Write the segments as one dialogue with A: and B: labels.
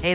A: Hey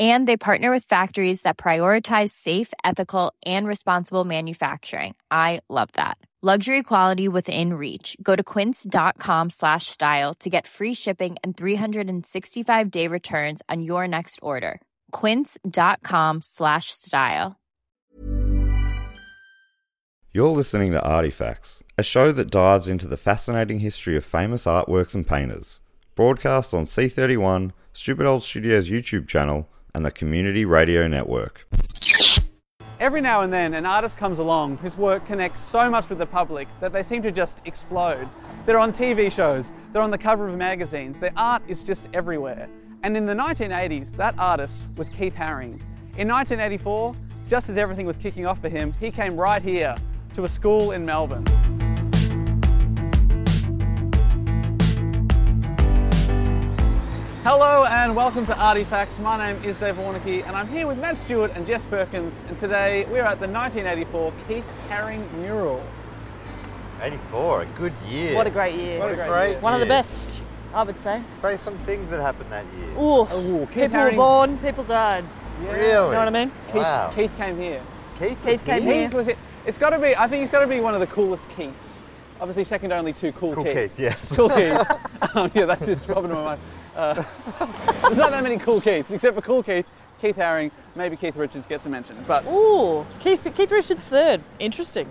B: And they partner with factories that prioritize safe, ethical, and responsible manufacturing. I love that. Luxury quality within reach. Go to quince.com slash style to get free shipping and 365 day returns on your next order. Quince.com slash style.
C: You're listening to Artifacts, a show that dives into the fascinating history of famous artworks and painters. Broadcast on C31, Stupid Old Studios YouTube channel, and the Community Radio Network.
D: Every now and then, an artist comes along whose work connects so much with the public that they seem to just explode. They're on TV shows, they're on the cover of magazines, their art is just everywhere. And in the 1980s, that artist was Keith Haring. In 1984, just as everything was kicking off for him, he came right here to a school in Melbourne. Hello and welcome to Artifacts. My name is Dave Warnicki and I'm here with Matt Stewart and Jess Perkins. And today we're at the 1984 Keith Haring mural.
E: 84, a good year.
F: What a great year.
E: What a
D: great
E: great,
D: year.
F: One of the
E: year.
F: best, I would say.
E: Say some things that happened that year.
F: Ooh,
D: Ooh, Keith
F: people
D: Haring-
F: were born, people died.
E: Really?
F: You know what I mean?
D: Keith,
E: Wow.
D: Keith came here.
E: Keith,
F: Keith came
D: Keith
F: here.
D: was it. It's got to be. I think he's got to be one of the coolest Keiths. Obviously, second only to Cool,
E: Cool
D: Keith.
E: Keith, yes.
D: Cool Keith. um, yeah, that is popping in my mind. Uh, there's not that many cool Keiths, except for Cool Keith, Keith Haring, maybe Keith Richards gets a mention. But
F: Ooh, Keith, Keith Richards third. Interesting.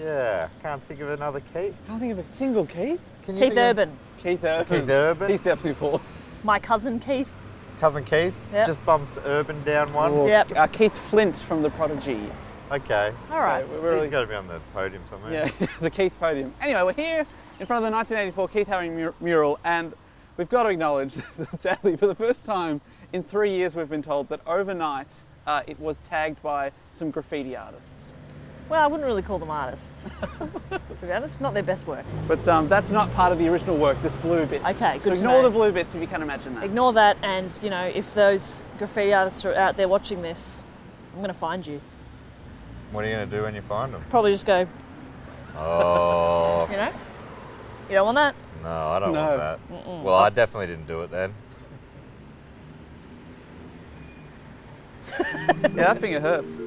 E: Yeah, can't think of another Keith.
D: I can't think of a single Keith.
E: Can
F: Keith
E: think of-
F: Urban,
D: Keith Urban.
E: Keith Urban.
D: He's definitely fourth.
F: my cousin Keith.
E: Cousin Keith?
F: Yep.
E: Just bumps Urban down one.
D: Or,
F: Yep.
D: Uh, Keith Flint from The Prodigy.
E: Okay.
F: All right.
D: So we're
E: He's
D: really
E: got to be on the podium somewhere.
D: Yeah, the Keith podium. Anyway, we're here in front of the 1984 Keith Haring mur- mural, and we've got to acknowledge that sadly, for the first time in three years, we've been told that overnight uh, it was tagged by some graffiti artists.
F: Well, I wouldn't really call them artists. to be honest, not their best work.
D: But um, that's not part of the original work, this blue bits.
F: Okay, good
D: So
F: to
D: ignore
F: know.
D: the blue bits if you can imagine that.
F: Ignore that, and you know, if those graffiti artists are out there watching this, I'm gonna find you.
E: What are you going to do when you find him?
F: Probably just go.
E: Oh,
F: You know, you don't want that.
E: no, I don't
D: No.
E: want that. Well, I definitely didn't do it then.
D: yeah, that finger hurts.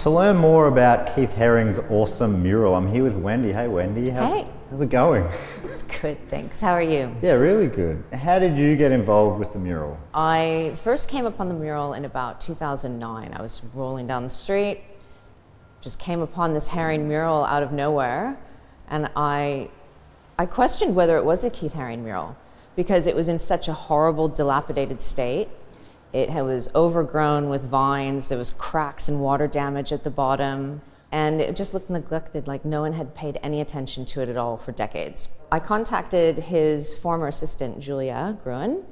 C: To learn more about Keith Herring's awesome mural, I'm here with Wendy. Hey, Wendy. How's,
G: Hey.
C: How's it going?
G: It's good, thanks. How are you?
C: Yeah, really good. How did you get involved with the mural?
G: I first came upon the mural in about 2009. I was rolling down the street, just came upon this Herring mural out of nowhere, and I, I questioned whether it was a Keith Herring mural because it was in such a horrible, dilapidated state. It had- was overgrown with vines, there was cracks and water damage at the bottom, and it just looked neglected, like no one had paid any attention to it at all for decades. I contacted his former assistant, Julia Gruen,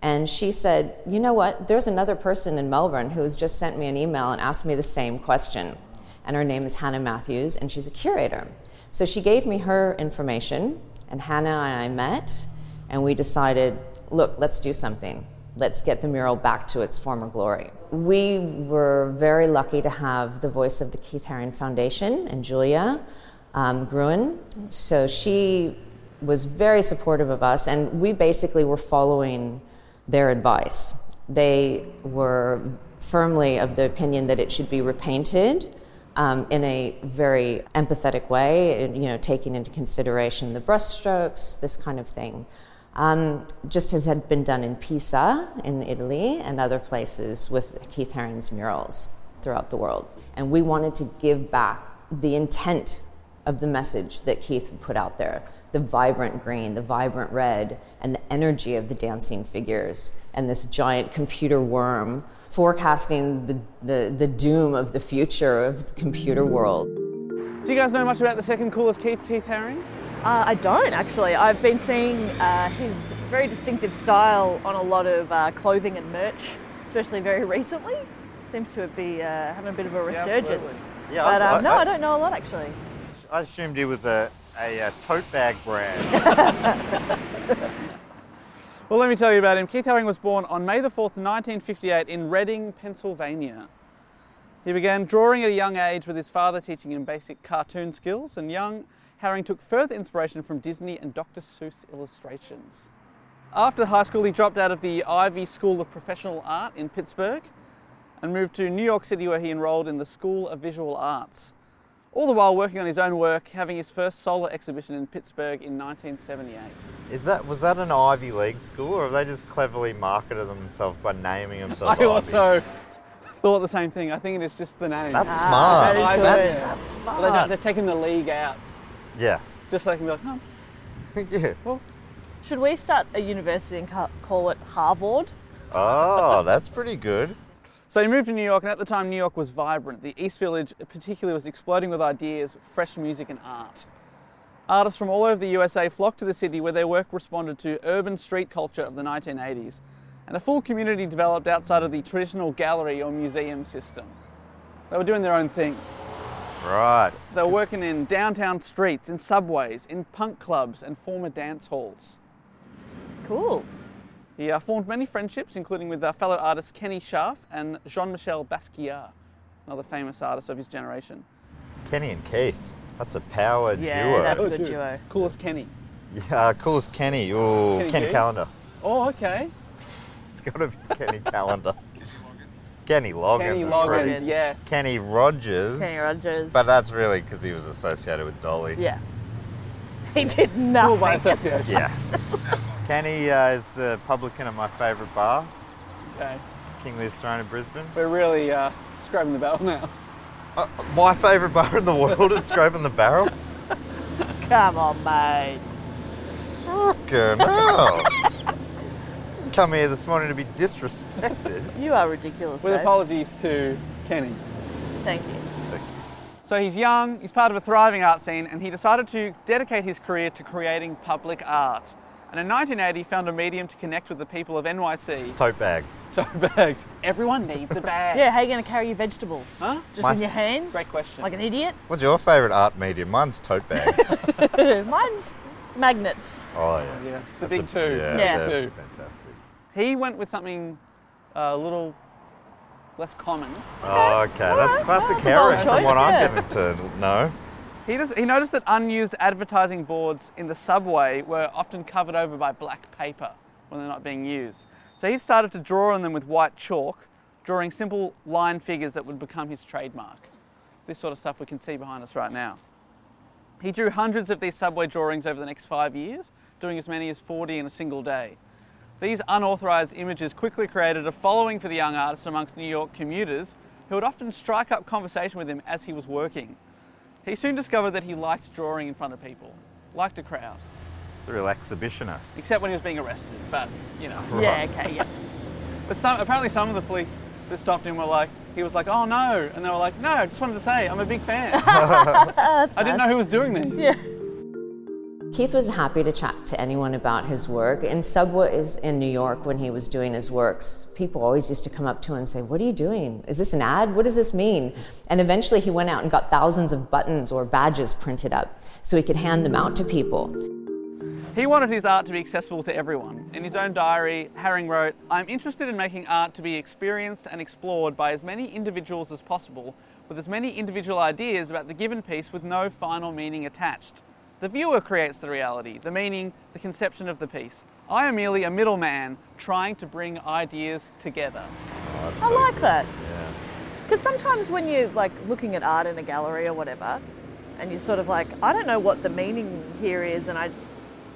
G: and she said, You know what? There's another person in Melbourne who has just sent me an email and asked me the same question. And her name is Hannah Matthews, and she's a curator. So she gave me her information, and Hannah and I met, and we decided, Look, let's do something. let's get the mural back to its former glory. We were very lucky to have the voice of the Keith Haring Foundation and Julia um, Gruen. So she was very supportive of us, and we basically were following their advice. They were firmly of the opinion that it should be repainted. Um, in a very empathetic way, you know, taking into consideration the brushstrokes, this kind of thing um, just as had been done in Pisa in Italy and other places with Keith Haring's murals throughout the world. And we wanted to give back the intent of the message that Keith put out there the vibrant green, the vibrant red, and the energy of the dancing figures and this giant computer worm forecasting the, the, the doom of the future of the computer world.
D: Do you guys know much about the second coolest Keith, Keith Haring?
F: Uh, I don't actually. I've been seeing uh, his very distinctive style on a lot of uh, clothing and merch, especially very recently. Seems to be uh, having a bit of a resurgence.
E: absolutely. Yeah,
F: but
E: I've-
F: um, no,
E: I- I-
F: I don't know a lot actually.
E: I assumed he was a, a, uh tote bag brand.
D: Well, let me tell you about him. Keith Haring was born on May the 4th, 1958, in Reading, Pennsylvania. He began drawing at a young age with his father teaching him basic cartoon skills, and young Haring took further inspiration from Disney and Dr. Seuss illustrations. After high school, he dropped out of the Ivy School of Professional Art in Pittsburgh and moved to New York City, where he enrolled in the School of Visual Arts. All the while working on his own work, having his first solo exhibition in Pittsburgh in 1978.
E: Is that was that an Ivy League school, or have they just cleverly marketed themselves by naming themselves?
D: I
E: Ivy?
D: also thought the same thing. I think it is just the name.
E: That's smart.
F: Uh, Ah, that is
D: Ivy.
F: good.
E: That's,
D: Yeah. But
E: that's
D: they don't,
E: smart.
D: they're taking the league out
E: Yeah.
D: just so they can be like, oh,
E: yeah.
F: Should we start a university and ca- call it Harvard?
E: Oh, that's pretty good.
D: So he moved to New York, and at the time, New York was vibrant. The East Village, particularly, was exploding with ideas, fresh music, and art. Artists from all over the USA flocked to the city where their work responded to urban street culture of the 1980s, and a full community developed outside of the traditional gallery or museum system. They were doing their own thing.
E: Right.
D: They were working in downtown streets, in subways, in punk clubs, and former dance halls.
F: Cool.
D: He uh, formed many friendships, including with uh, fellow artists Kenny Scharf and Jean Michel Basquiat, another famous artist of his generation.
E: Kenny and Keith. That's a power
F: Yeah,
E: duo.
F: that's a good duo.
D: Coolest Kenny.
E: Yeah, coolest Kenny. Ooh,
D: Kenny
E: Kenny
D: Keith?
E: Calendar.
D: Oh, okay.
E: It's got to be Kenny Calendar. Kenny Loggins.
D: Kenny
E: is
D: Loggins,
E: pretty-
F: Loggins.
D: yes.
E: Kenny Rogers.
F: Kenny Rogers.
E: But uh, that's really because he was associated with Dolly.
F: yeah. He did
D: Cool by
F: nothing.
D: association.
E: Yeah. Kenny uh, is the publican at my favourite bar,
D: Okay.
E: King Lear's Throne in Brisbane.
D: We're really uh, scrubbing the barrel now.
E: Uh, my favourite bar in the world is Scraping the Barrel.
F: Come on, mate.
E: Fucking hell. Come here this morning to be disrespected.
F: You are ridiculous.
D: With
F: Dave.
D: apologies to Kenny.
F: Thank you.
D: So he's young, he's part of a thriving art scene, and he decided to dedicate his career to creating public art. And in 1980, found a medium to connect with the people of NYC.
E: Tote bags.
D: Tote bags. Everyone needs a bag.
F: Yeah, how are you going to carry your vegetables?
D: Huh?
F: Just
E: My-
F: in your hands?
D: Great question.
F: Like an idiot?
E: What's your favourite art medium? Mine's tote bags.
F: Mine's magnets.
E: oh, yeah.
D: Yeah, the
E: That's
D: big
E: a-
D: two.
E: Yeah,
F: Yeah.
E: they're
D: Two.
E: Fantastic.
D: He went with something uh, a little less common.
E: Oh, okay. That's classic
F: that's a bold
E: Harry from what
F: choice, yeah.
E: I'm getting to know.
D: He, just, he noticed that unused advertising boards in the subway were often covered over by black paper when they're not being used. So he started to draw on them with white chalk, drawing simple line figures that would become his trademark. This sort of stuff we can see behind us right now. He drew hundreds of these subway drawings over the next five years, doing as many as 40 in a single day. These unauthorised images quickly created a following for the young artist amongst New York commuters who would often strike up conversation with him as he was working. He soon discovered that he liked drawing in front of people, liked a crowd,
E: It's a real exhibitionist.
D: except when he was being arrested, but you know.
F: Yeah, okay, yeah.
D: But some, apparently, some of the police that stopped him were like, he was like, oh no. And they were like, no, I just wanted to say, I'm a big fan. I didn't know who was doing these.
G: Keith was happy to chat to anyone about his work. In subways in New York, when he was doing his works, people always used to come up to him and say, What are you doing? Is this an ad? What does this mean? And eventually he went out and got thousands of buttons or badges printed up so he could hand them out to people.
D: He wanted his art to be accessible to everyone. In his own diary, Haring wrote, I'm interested in making art to be experienced and explored by as many individuals as possible, with as many individual ideas about the given piece with no final meaning attached. The viewer creates the reality, the meaning, the conception of the piece. I am merely a middleman trying to bring ideas together.
F: I like that. Because sometimes when you're like looking at art in a gallery or whatever, and you're sort of like, I don't know what the meaning here is, and I,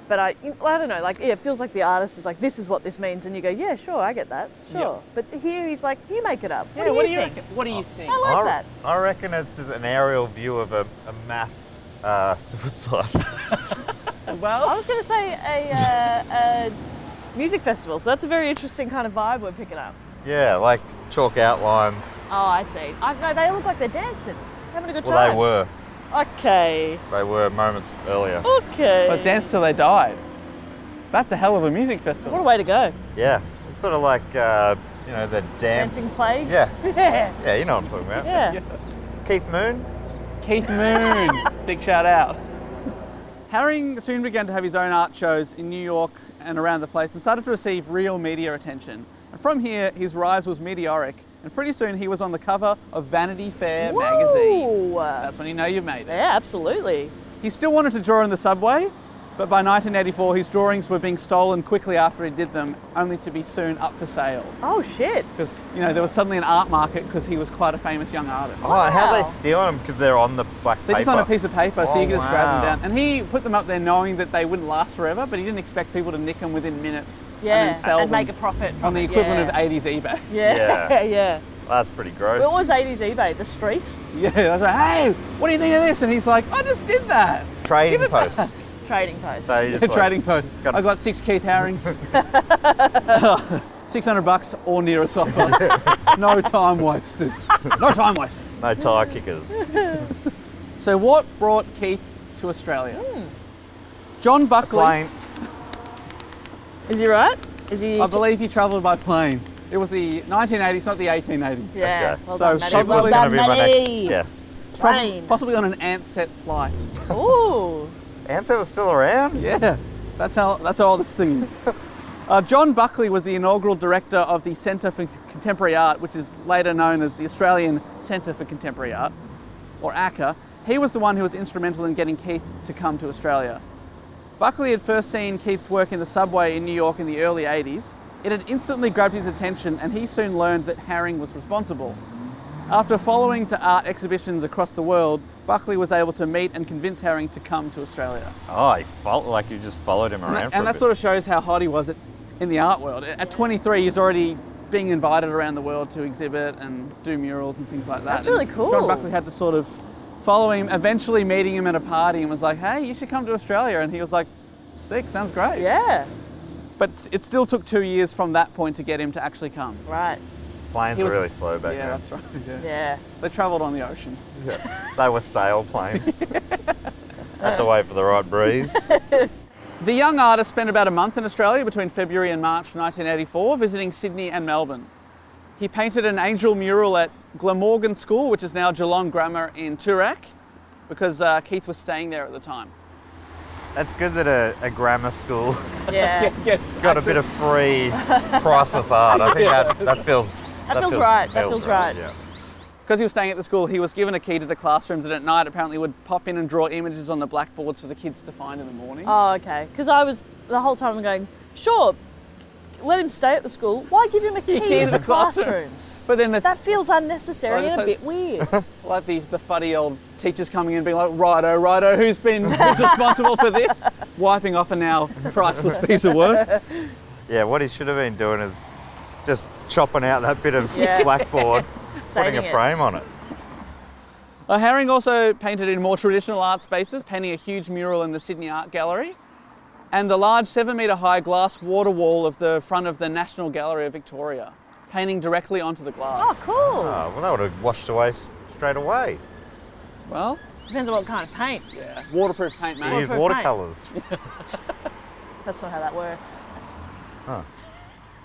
F: but I, you- I don't know, like yeah, it feels like the artist is like, this is what this means, and you go, yeah, sure, I get that, sure. But here he's like, you make it up. What do you Oh. think?
D: reckon- what do you think?
F: I like that.
E: I reckon it's just an aerial view of a, a mass uh, suicide.
F: I
D: Well,
F: was going to say a, uh, a music festival, so that's a very interesting kind of vibe we're picking up.
E: yeah, like chalk outlines.
F: Oh, I see. I, no, they look like they're dancing, having a good
E: Well,
F: time.
E: they were.
F: Okay.
E: They were moments earlier.
F: Okay.
D: but dance till they died. That's a hell of a music festival.
F: What a way to go.
E: Yeah, it's sort of like uh, you know the dance.
F: Dancing plague?
E: Yeah,
F: Yeah.
E: yeah, you know what I'm talking about.
F: Yeah.
E: Keith Moon.
D: Keith Moon. Big shout out. Haring soon began to have his own art shows in New York and around the place and started to receive real media attention. And from here, his rise was meteoric, and pretty soon he was on the cover of Vanity Fair magazine.
F: Whoa.
D: That's when you know you've made it.
F: Yeah, absolutely.
D: He still wanted to draw in the subway, but by 1984, his drawings were being stolen quickly after he did them, only to be soon up for sale.
F: Oh shit.
D: Because, you know, there was suddenly an art market because he was quite a famous young artist.
E: Oh, how they
F: Wow.
E: stealing them because they're on the black
D: They're
E: paper.
D: just on a piece of paper, so
E: Oh,
D: you can just grab
E: wow.
D: them down. And he put them up there knowing that they wouldn't last forever, but he didn't expect people to nick them within minutes and
F: Yeah.
D: then sell
F: And
D: them
F: make a profit from
D: on the
F: it,
D: equivalent
F: yeah.
D: of 80s eBay.
F: Yeah.
E: Yeah.
F: Yeah.
E: That's pretty gross.
F: What was 80s eBay? The street?
D: Yeah, I was like, hey, what do you think of this? And he's like, I just did that.
E: Trading post.
F: Trading post.
E: So you just like-
D: Trading post.
E: Got it.
D: I got six Keith Harrings. 600 bucks or near a softball. no time wasted. No time wasted.
E: No tire kickers.
D: So, what brought Keith to Australia?
F: Hmm.
D: John Buckley.
E: Plane.
F: Is he right? Is he?
D: I believe he travelled by plane. It was the 1980s, not the 1880s.
F: Yeah.
E: Okay.
F: Well
D: So
F: done,
D: she
F: Maddie.
E: It was
F: Well
D: was
E: going to
F: done,
E: be my next.
F: Maddie.
E: Yes.
D: Prob-
F: Plane.
D: Possibly on an Ansett flight.
F: Ooh.
E: Answer was still around.
D: Yeah, that's how that's how all this thing is. Uh, John Buckley was the inaugural director of the Centre for Contemporary Art, which is later known as the Australian Centre for Contemporary Art, or ACCA. He was the one who was instrumental in getting Keith to come to Australia. Buckley had first seen Keith's work in the subway in New York in the early 80s. It had instantly grabbed his attention, and he soon learned that Haring was responsible. After following to art exhibitions across the world, Buckley was able to meet and convince Haring to come to Australia.
E: Oh, he felt like you just followed him
D: And,
E: around. for a
D: that
E: bit.
D: sort of shows how hot he was at, in the art world. At 23, he's already being invited around the world to exhibit and do murals and things like that.
F: That's really
D: And
F: cool.
D: John Buckley had to sort of follow him, eventually meeting him at a party and was like, hey, you should come to Australia. And he was like, sick, sounds great.
F: Yeah.
D: But s- it still took two years from that point to get him to actually come.
F: Right.
E: planes
D: he
E: were
D: was-
E: really slow back
D: yeah,
E: then.
D: that's right. Yeah.
F: Yeah.
D: They travelled on the ocean.
E: They were sail planes. Had to wait for the right breeze.
D: The young artist spent about a month in Australia between February and March 1984, visiting Sydney and Melbourne. He painted an angel mural at Glamorgan School, which is now Geelong Grammar in Toorak, because uh, Keith was staying there at the time.
E: That's good that a, a grammar school
F: Yeah.
D: Yes,
E: got a bit of free process art. I think that, that feels
F: That feels right. That feels right.
E: Yeah.
D: Because he was staying at the school, he was given a key to the classrooms, and at night apparently would pop in and draw images on the blackboards for the kids to find in the morning.
F: Oh, okay. Because I was the whole time going, sure, let him stay at the school. Why give him a key,
D: key
F: to
D: to
F: the
D: the classroom.
F: classrooms?
D: but then the
F: That feels
D: I
F: unnecessary
D: just
F: and a
D: like-
F: bit weird.
D: like the, the fuddy old teachers coming in being like, righto, righto, who's been who's responsible for this? Wiping off a now priceless piece of work.
E: Yeah, what he should have been doing is just chopping out that bit of
F: Yeah.
E: blackboard, putting
F: Saving
E: a
F: it.
E: frame on it.
D: Uh, Herring also painted in more traditional art spaces, painting a huge mural in the Sydney Art Gallery and the large seven metre high glass water wall of the front of the National Gallery of Victoria, painting directly onto the glass.
F: Oh, cool.
E: Oh, well, that would have washed away s- straight away.
D: Well,
F: Depends on what kind of paint.
D: yeah, waterproof paint,
E: He
D: mate.
E: used
F: for a frame.
E: watercolours.
F: That's not how that works.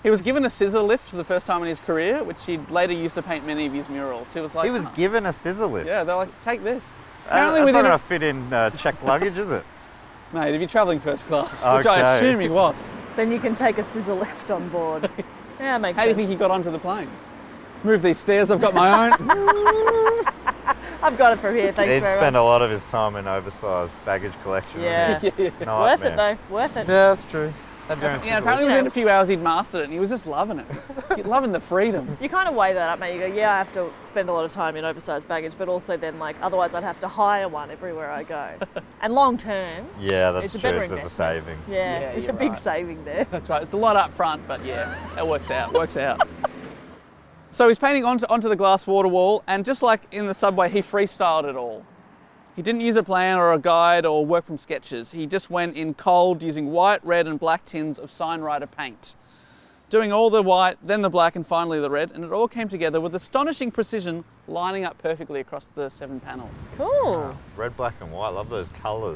D: He was given a scissor lift for the first time in his career, which he'd later used to paint many of his murals. He was like,
E: He was Uh,
D: "Huh."
E: given a scissor lift.
D: yeah, they're like, take this.
E: Apparently,
D: Apparently,
E: That's
D: within
E: not going
D: a,
E: to fit in uh, checked luggage, is it?
D: mate, if you're travelling first class, which I
E: Okay.
D: assume he was,
F: Then you can take a scissor lift on board. Yeah, makes
D: how do you
F: sense.
D: think he got onto the plane? Move these stairs, I've got my own.
F: I've got it from here. Thanks
E: He'd
F: very
E: spend
F: much.
E: a lot of his time in oversized baggage collection.
F: Yeah. Worth it though. Worth it.
E: Yeah, that's true. That'd be
D: yeah,
E: interesting.
D: apparently within a few hours he'd mastered it and he was just loving it. He- loving the freedom.
F: You kind of weigh that up, mate. You go, yeah, I have to spend a lot of time in oversized baggage, but also then like otherwise I'd have to hire one everywhere I go. and long term,
E: Yeah, that's
F: It's a
E: true.
F: better
E: It's as a
F: investment.
E: saving.
D: Yeah,
F: yeah, it's a
D: you're
F: big
D: right.
F: saving there.
D: That's right, it's a lot up front, but yeah, that works out, works out. So he's painting onto, onto the glass water wall, and just like in the subway, he freestyled it all. He didn't use a plan or a guide or work from sketches. He just went in cold using white, red, and black tins of signwriter paint. Doing all the white, then the black, and finally the red, and it all came together with astonishing precision, lining up perfectly across the seven panels.
F: Cool.
E: Red, black, and white. Love those colours.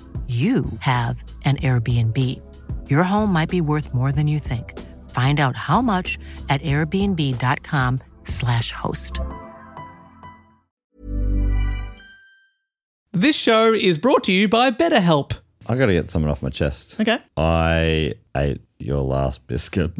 A: you have an Airbnb. Your home might be worth more than you think. Find out how much at airbnb.com/slash host.
D: This show is brought to you by BetterHelp.
C: I got to get something off my chest.
D: Okay.
C: I ate your last biscuit.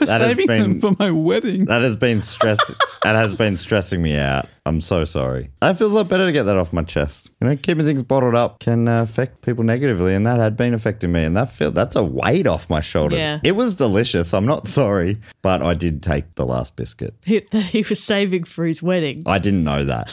C: that
D: my wedding.
C: that has been stress. that has been stressing me out. I'm so sorry. That feels a lot better to get that off my chest. You know, keeping things bottled up can uh, affect people negatively, and that had been affecting me. And that feel that's a weight off my shoulders.
H: Yeah.
C: It was delicious. I'm not sorry, but I did take the last biscuit.
H: Bit that he was saving for his wedding.
C: I didn't know that.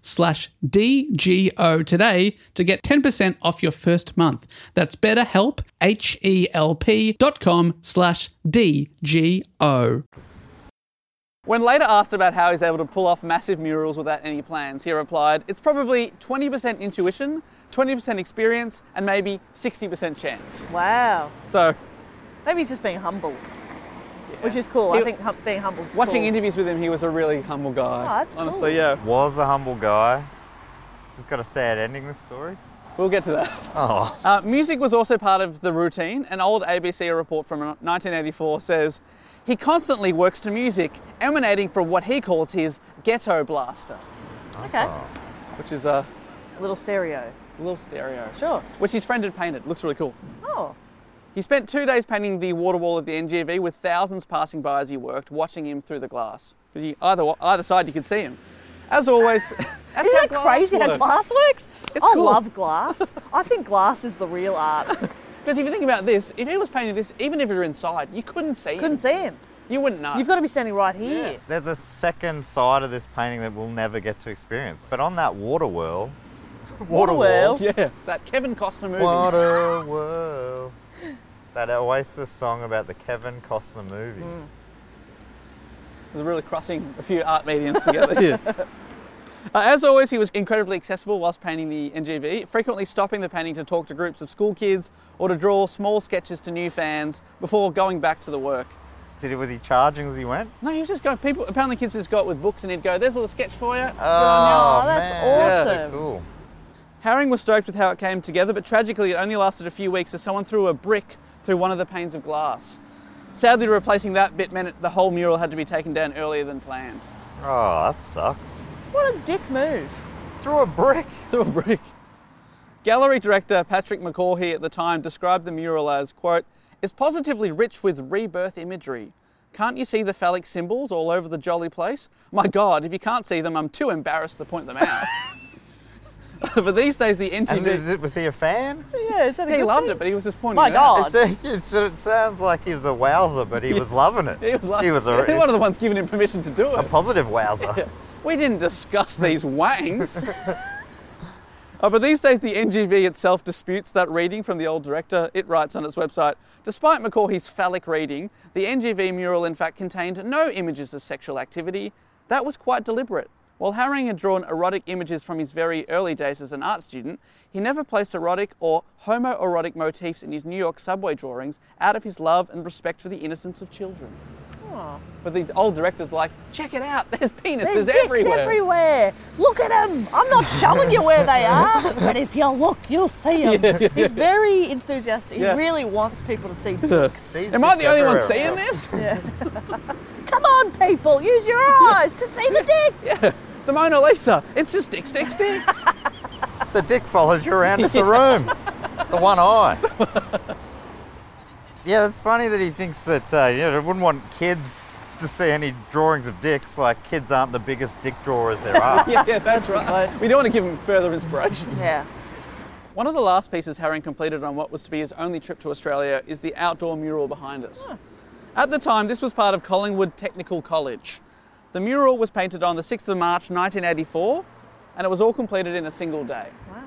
D: slash DGO today to get 10% off your first month. That's betterhelp, H-E-L-P dot com slash D-G-O. When later asked about how he's able to pull off massive murals without any plans, he replied, It's probably 20% intuition, 20% experience, and maybe 60% chance.
F: Wow.
D: So
F: Maybe he's just being humble, which is cool. I
D: He-
F: think hum- being humble.
D: Watching
F: cool.
D: interviews with him, he was a really humble guy.
F: Oh, that's
D: Honestly,
F: cool.
D: yeah.
E: Was a humble guy. This has got a sad ending. This story.
D: We'll get to that.
E: Oh,
D: Uh, music was also part of the routine. An old ABC report from 1984 says he constantly works to music emanating from what he calls his ghetto blaster,
F: Okay.
D: which is a
F: Little stereo.
D: little stereo,
F: Sure.
D: which his friend had painted. Looks really cool.
F: Oh.
D: He spent two days painting the water wall of the NGV with thousands passing by as he worked, watching him through the glass. 'Cause you- Either, either side, you could see him. As always, that's
F: Isn't
D: how
F: it crazy
D: works.
F: how glass works?
D: It's
F: I
D: cool.
F: love glass. I think glass is the real art.
D: Because if you think about this, if he was painting this, even if you're inside, you couldn't see.
F: Couldn't
D: him.
F: see him.
D: You wouldn't know.
F: You've got to be standing right here.
D: Yes.
E: there's a second side of this painting that we'll never get to experience. But on that water whirl, water
F: whirl.
D: yeah, that Kevin Costner movie.
E: Water World. That Oasis song about the Kevin Costner movie.
D: Hmm. It was really crossing a few art mediums together. yeah. as always, he was incredibly accessible whilst painting the NGV, frequently stopping the painting to talk to groups of school kids or to draw small sketches to new fans before going back to the work.
E: Did he was he charging as he went?
D: No, he was just going. People apparently kids just got with books and he'd go, "There's a little sketch for you."
E: Oh,
F: that's
E: man, that's so
F: awesome.
E: cool.
D: Herring was stoked with how it came together, but tragically it only lasted a few weeks as someone threw a brick through one of the panes of glass. Sadly, replacing that bit meant the whole mural had to be taken down earlier than planned.
E: Oh, that sucks.
F: What a dick move.
E: Through a brick.
D: Through a brick. Gallery director Patrick McCaughey at the time described the mural as, quote, it's positively rich with rebirth imagery. Can't you see the phallic symbols all over the jolly place? My God, if you can't see them, I'm too embarrassed to point them out. but these days, the
E: And
D: NTV.
E: is it- was he a fan?
F: Yeah, is that a
D: He
F: good
D: loved
F: thing?
D: it, but he was just pointing
F: My
D: it out.
F: God.
E: It's a, it's, it sounds like he was a wowser, but he was loving it.
D: He was like,
E: He was a,
D: one of the ones giving him permission to do
E: a
D: it.
E: positive wowser.
D: We didn't discuss these wangs. Oh, but these days, the NGV itself disputes that reading from the old director. It writes on its website Despite McCaughey's phallic reading, the NGV mural in fact contained no images of sexual activity. That was quite deliberate. While Herring had drawn erotic images from his very early days as an art student, he never placed erotic or homoerotic motifs in his New York subway drawings out of his love and respect for the innocence of children. But the old director's like, check it out, there's penises
F: There's dicks everywhere. Look at them. I'm not showing you where they are, but if you look, you'll see them. He's very enthusiastic.
D: Yeah.
F: He really wants people to see dicks.
E: These
D: Am I the
E: dicks
D: only one
E: everywhere.
D: seeing this?
F: Come on, people, use your eyes to see the dicks.
D: The Mona Lisa. It's just dicks, dicks, dicks.
E: The dick follows you around in the room. The one eye. yeah, that's funny that he thinks that uh, you know, wouldn't want kids to see any drawings of dicks. Like kids aren't the biggest dick drawers there are.
D: yeah, yeah, that's right. We don't want to give him further inspiration.
F: Yeah.
D: One of the last pieces Herring completed on what was to be his only trip to Australia is the outdoor mural behind us. At the time, this was part of Collingwood Technical College. The mural was painted on the 6th of March 1984, and it was all completed in a single day. Wow.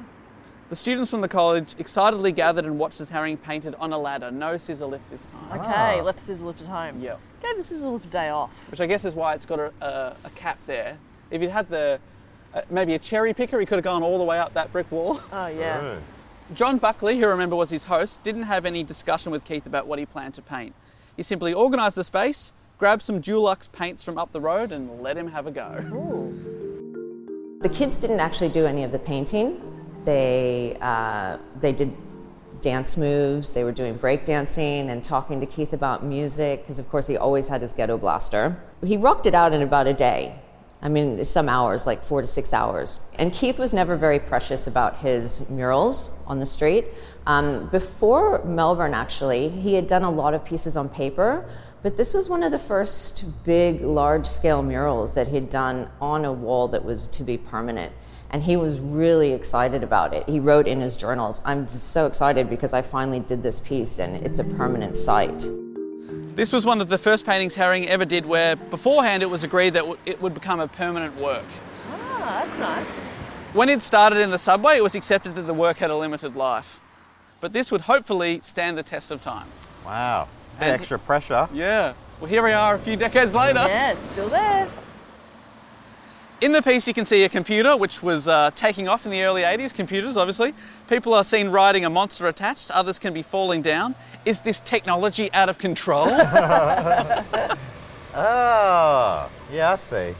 D: The students from the college excitedly gathered and watched as Herring painted on a ladder. No scissor lift this time.
E: Oh,
F: Okay, left scissor lift at home.
D: Yep.
F: Gave the scissor lift a day off.
D: which I guess is why it's got a, a, a cap there. If it had the uh, maybe a cherry picker, he could have gone all the way up that brick wall.
F: Oh yeah.
D: John Buckley, who remember was his host, didn't have any discussion with Keith about what he planned to paint. He simply organised the space, grabbed some Dulux paints from up the road, and let him have a go.
G: The kids didn't actually do any of the painting. They uh, they did dance moves. They were doing breakdancing and talking to Keith about music because, of course, he always had his ghetto blaster. He rocked it out in about a day. I mean, some hours, like four to six hours. And Keith was never very precious about his murals on the street. Um, before Melbourne, actually, he had done a lot of pieces on paper, but this was one of the first big, large scale murals that he'd done on a wall that was to be permanent. And he was really excited about it. He wrote in his journals, I'm just so excited because I finally did this piece and it's a permanent site.
D: This was one of the first paintings Herring ever did where beforehand it was agreed that w- it would become a permanent work.
F: Ah, that's nice.
D: When it started in the subway, it was accepted that the work had a limited life. But this would hopefully stand the test of time.
E: Wow. A bit
D: And-
E: extra pressure.
D: Yeah. Well, here we are a few decades later.
F: Yeah, it's still there.
D: In the piece, you can see a computer, which was uh, taking off in the early 80s, computers, obviously. People are seen riding a monster attached, others can be falling down. Is this technology out of control?
E: Oh, yeah, I see.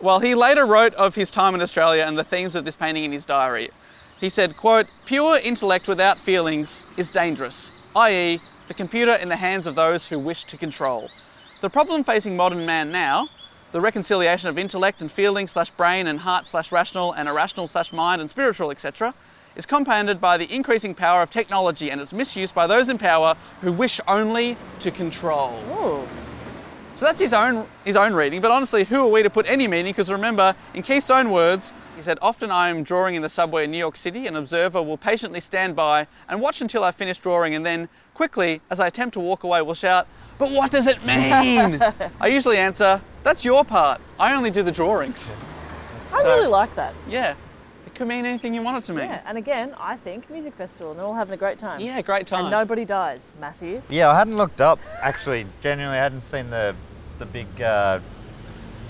D: well, he later wrote of his time in Australia and the themes of this painting in his diary. He said, quote, pure intellect without feelings is dangerous, i.e., the computer in the hands of those who wish to control. The problem facing modern man now, the reconciliation of intellect and feeling slash brain and heart slash rational and irrational slash mind and spiritual, etc., is compounded by the increasing power of technology and its misuse by those in power who wish only to control. So that's his own his own reading, but honestly, who are we to put any meaning? Because remember, in Keith's own words, he said, "Often I am drawing in the subway in New York City. An observer will patiently stand by and watch until I finish drawing, and then quickly, as I attempt to walk away, will shout, "But what does it mean?" I usually answer, "That's your part. I only do the drawings."
F: I
D: So-
F: really like that.
D: Yeah, it could mean anything you want it to mean.
F: Yeah, and again, I think music festival, and they're all having a great time.
D: Yeah, great time.
F: And nobody dies, Matthew.
E: Yeah, I hadn't looked up. Actually, genuinely, I hadn't seen the the big uh,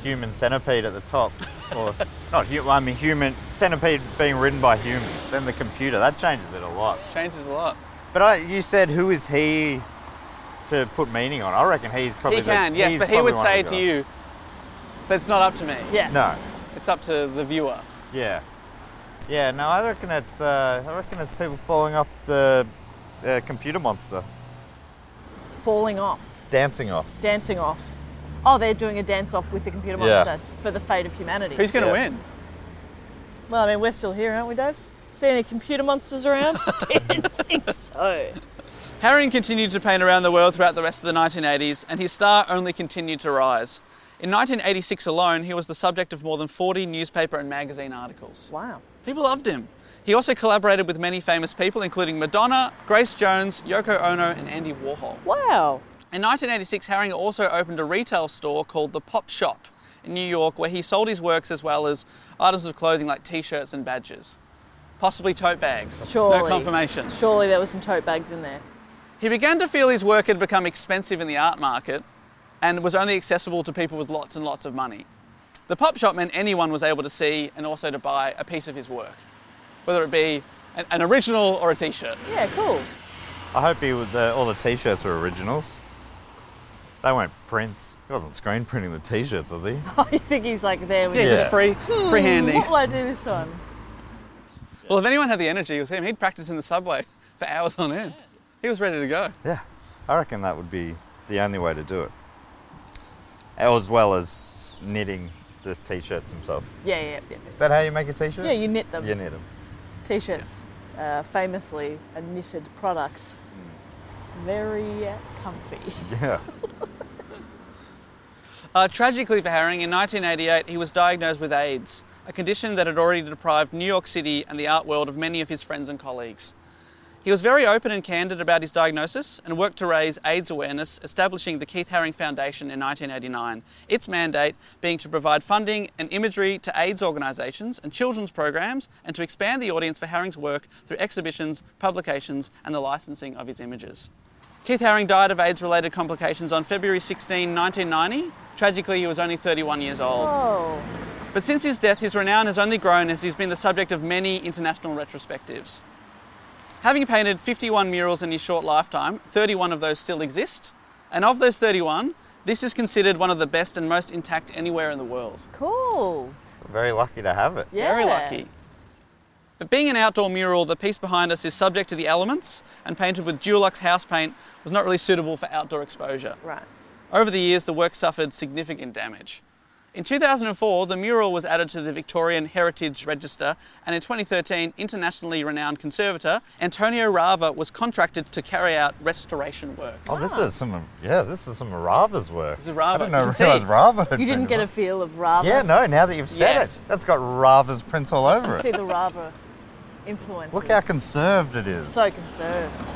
E: human centipede at the top, or not. hu- I mean, human centipede being ridden by humans. Then the computer that changes it a lot.
D: Changes a lot.
E: But I, you said, who is he to put meaning on? I reckon he's probably.
D: He can,
E: the,
D: yes,
E: he's
D: but he
E: probably
D: would
E: one of
D: say
E: the
D: to
E: guys.
D: you, "That's not up to me.
F: Yeah.
E: No.
D: It's up to the viewer."
E: Yeah. Yeah. No, I reckon it's. Uh, I reckon it's people falling off the uh, computer monster,
F: Falling off,
E: dancing off.
F: dancing off. Oh, they're doing a dance off with the computer
E: Yeah.
F: monster for the fate of humanity.
D: Who's going to
E: Yeah.
D: win?
F: Well, I mean, we're still here, aren't we, Dave? See any computer monsters around? Didn't think so.
D: Herring continued to paint around the world throughout the rest of the 1980s, and his star only continued to rise. In 1986 alone, he was the subject of more than 40 newspaper and magazine articles.
F: Wow.
D: People loved him. He also collaborated with many famous people, including Madonna, Grace Jones, Yoko Ono, and Andy Warhol.
F: Wow.
D: In 1986, Herring also opened a retail store called the Pop Shop in New York, where he sold his works as well as items of clothing like t shirts and badges, possibly tote bags.
F: Surely.
D: No confirmation.
F: Surely there were some tote bags in there.
D: He began to feel his work had become expensive in the art market and was only accessible to people with lots and lots of money. The pop shop meant anyone was able to see and also to buy a piece of his work, whether it be an, an original or a t shirt.
F: Yeah, cool.
E: I hope he would, the, all the t-shirts were originals. They weren't prints. He wasn't screen printing the t-shirts, was he?
F: I think he's like, there we
D: Yeah,
F: go.
D: just free, free handy.
F: What will I do this one?
D: Well, if anyone had the energy, it was him. He'd practice in the subway for hours on end. He was ready to go.
E: yeah. I reckon that would be the only way to do it. As well as knitting the t-shirts themselves.
F: Yeah, yeah, yeah.
E: Is that how you make a t-shirt?
F: Yeah, you knit them.
E: You knit them.
F: T-shirts, uh, famously a knitted product. Very uh, comfy.
E: Yeah.
D: Uh, tragically for Herring, in 1988, he was diagnosed with AIDS, a condition that had already deprived New York City and the art world of many of his friends and colleagues. He was very open and candid about his diagnosis and worked to raise AIDS awareness, establishing the Keith Haring Foundation in 1989, its mandate being to provide funding and imagery to AIDS organisations and children's programs and to expand the audience for Haring's work through exhibitions, publications, and the licensing of his images. Keith Haring died of AIDS related complications on February 16, 1990. Tragically, he was only 31 years old.
F: Oh,
D: But since his death, his renown has only grown as he's been the subject of many international retrospectives. Having painted 51 murals in his short lifetime, 31 of those still exist, and of those 31, this is considered one of the best and most intact anywhere in the world.
F: cool.
E: Very lucky to have it.
F: Yeah.
D: Very lucky. But being an outdoor mural, the piece behind us is subject to the elements and painted with Dulux house paint was not really suitable for outdoor exposure.
F: Right.
D: Over the years, the work suffered significant damage. In 2004, the mural was added to the Victorian Heritage Register, and in 2013, internationally renowned conservator Antonio Rava was contracted to carry out restoration works.
E: Oh, this is some yeah, this is some Rava's work. This
D: is Rava.
E: I didn't know,
D: You can see.
E: realize Rava. had
F: You didn't
E: printed
F: get a
E: it.
F: feel of Rava.
E: Yeah, no. Now that you've said
D: Yes.
E: it, that's got Rava's prints all over
F: See
E: it.
F: the Rava influence.
E: Look how conserved it is.
F: so conserved.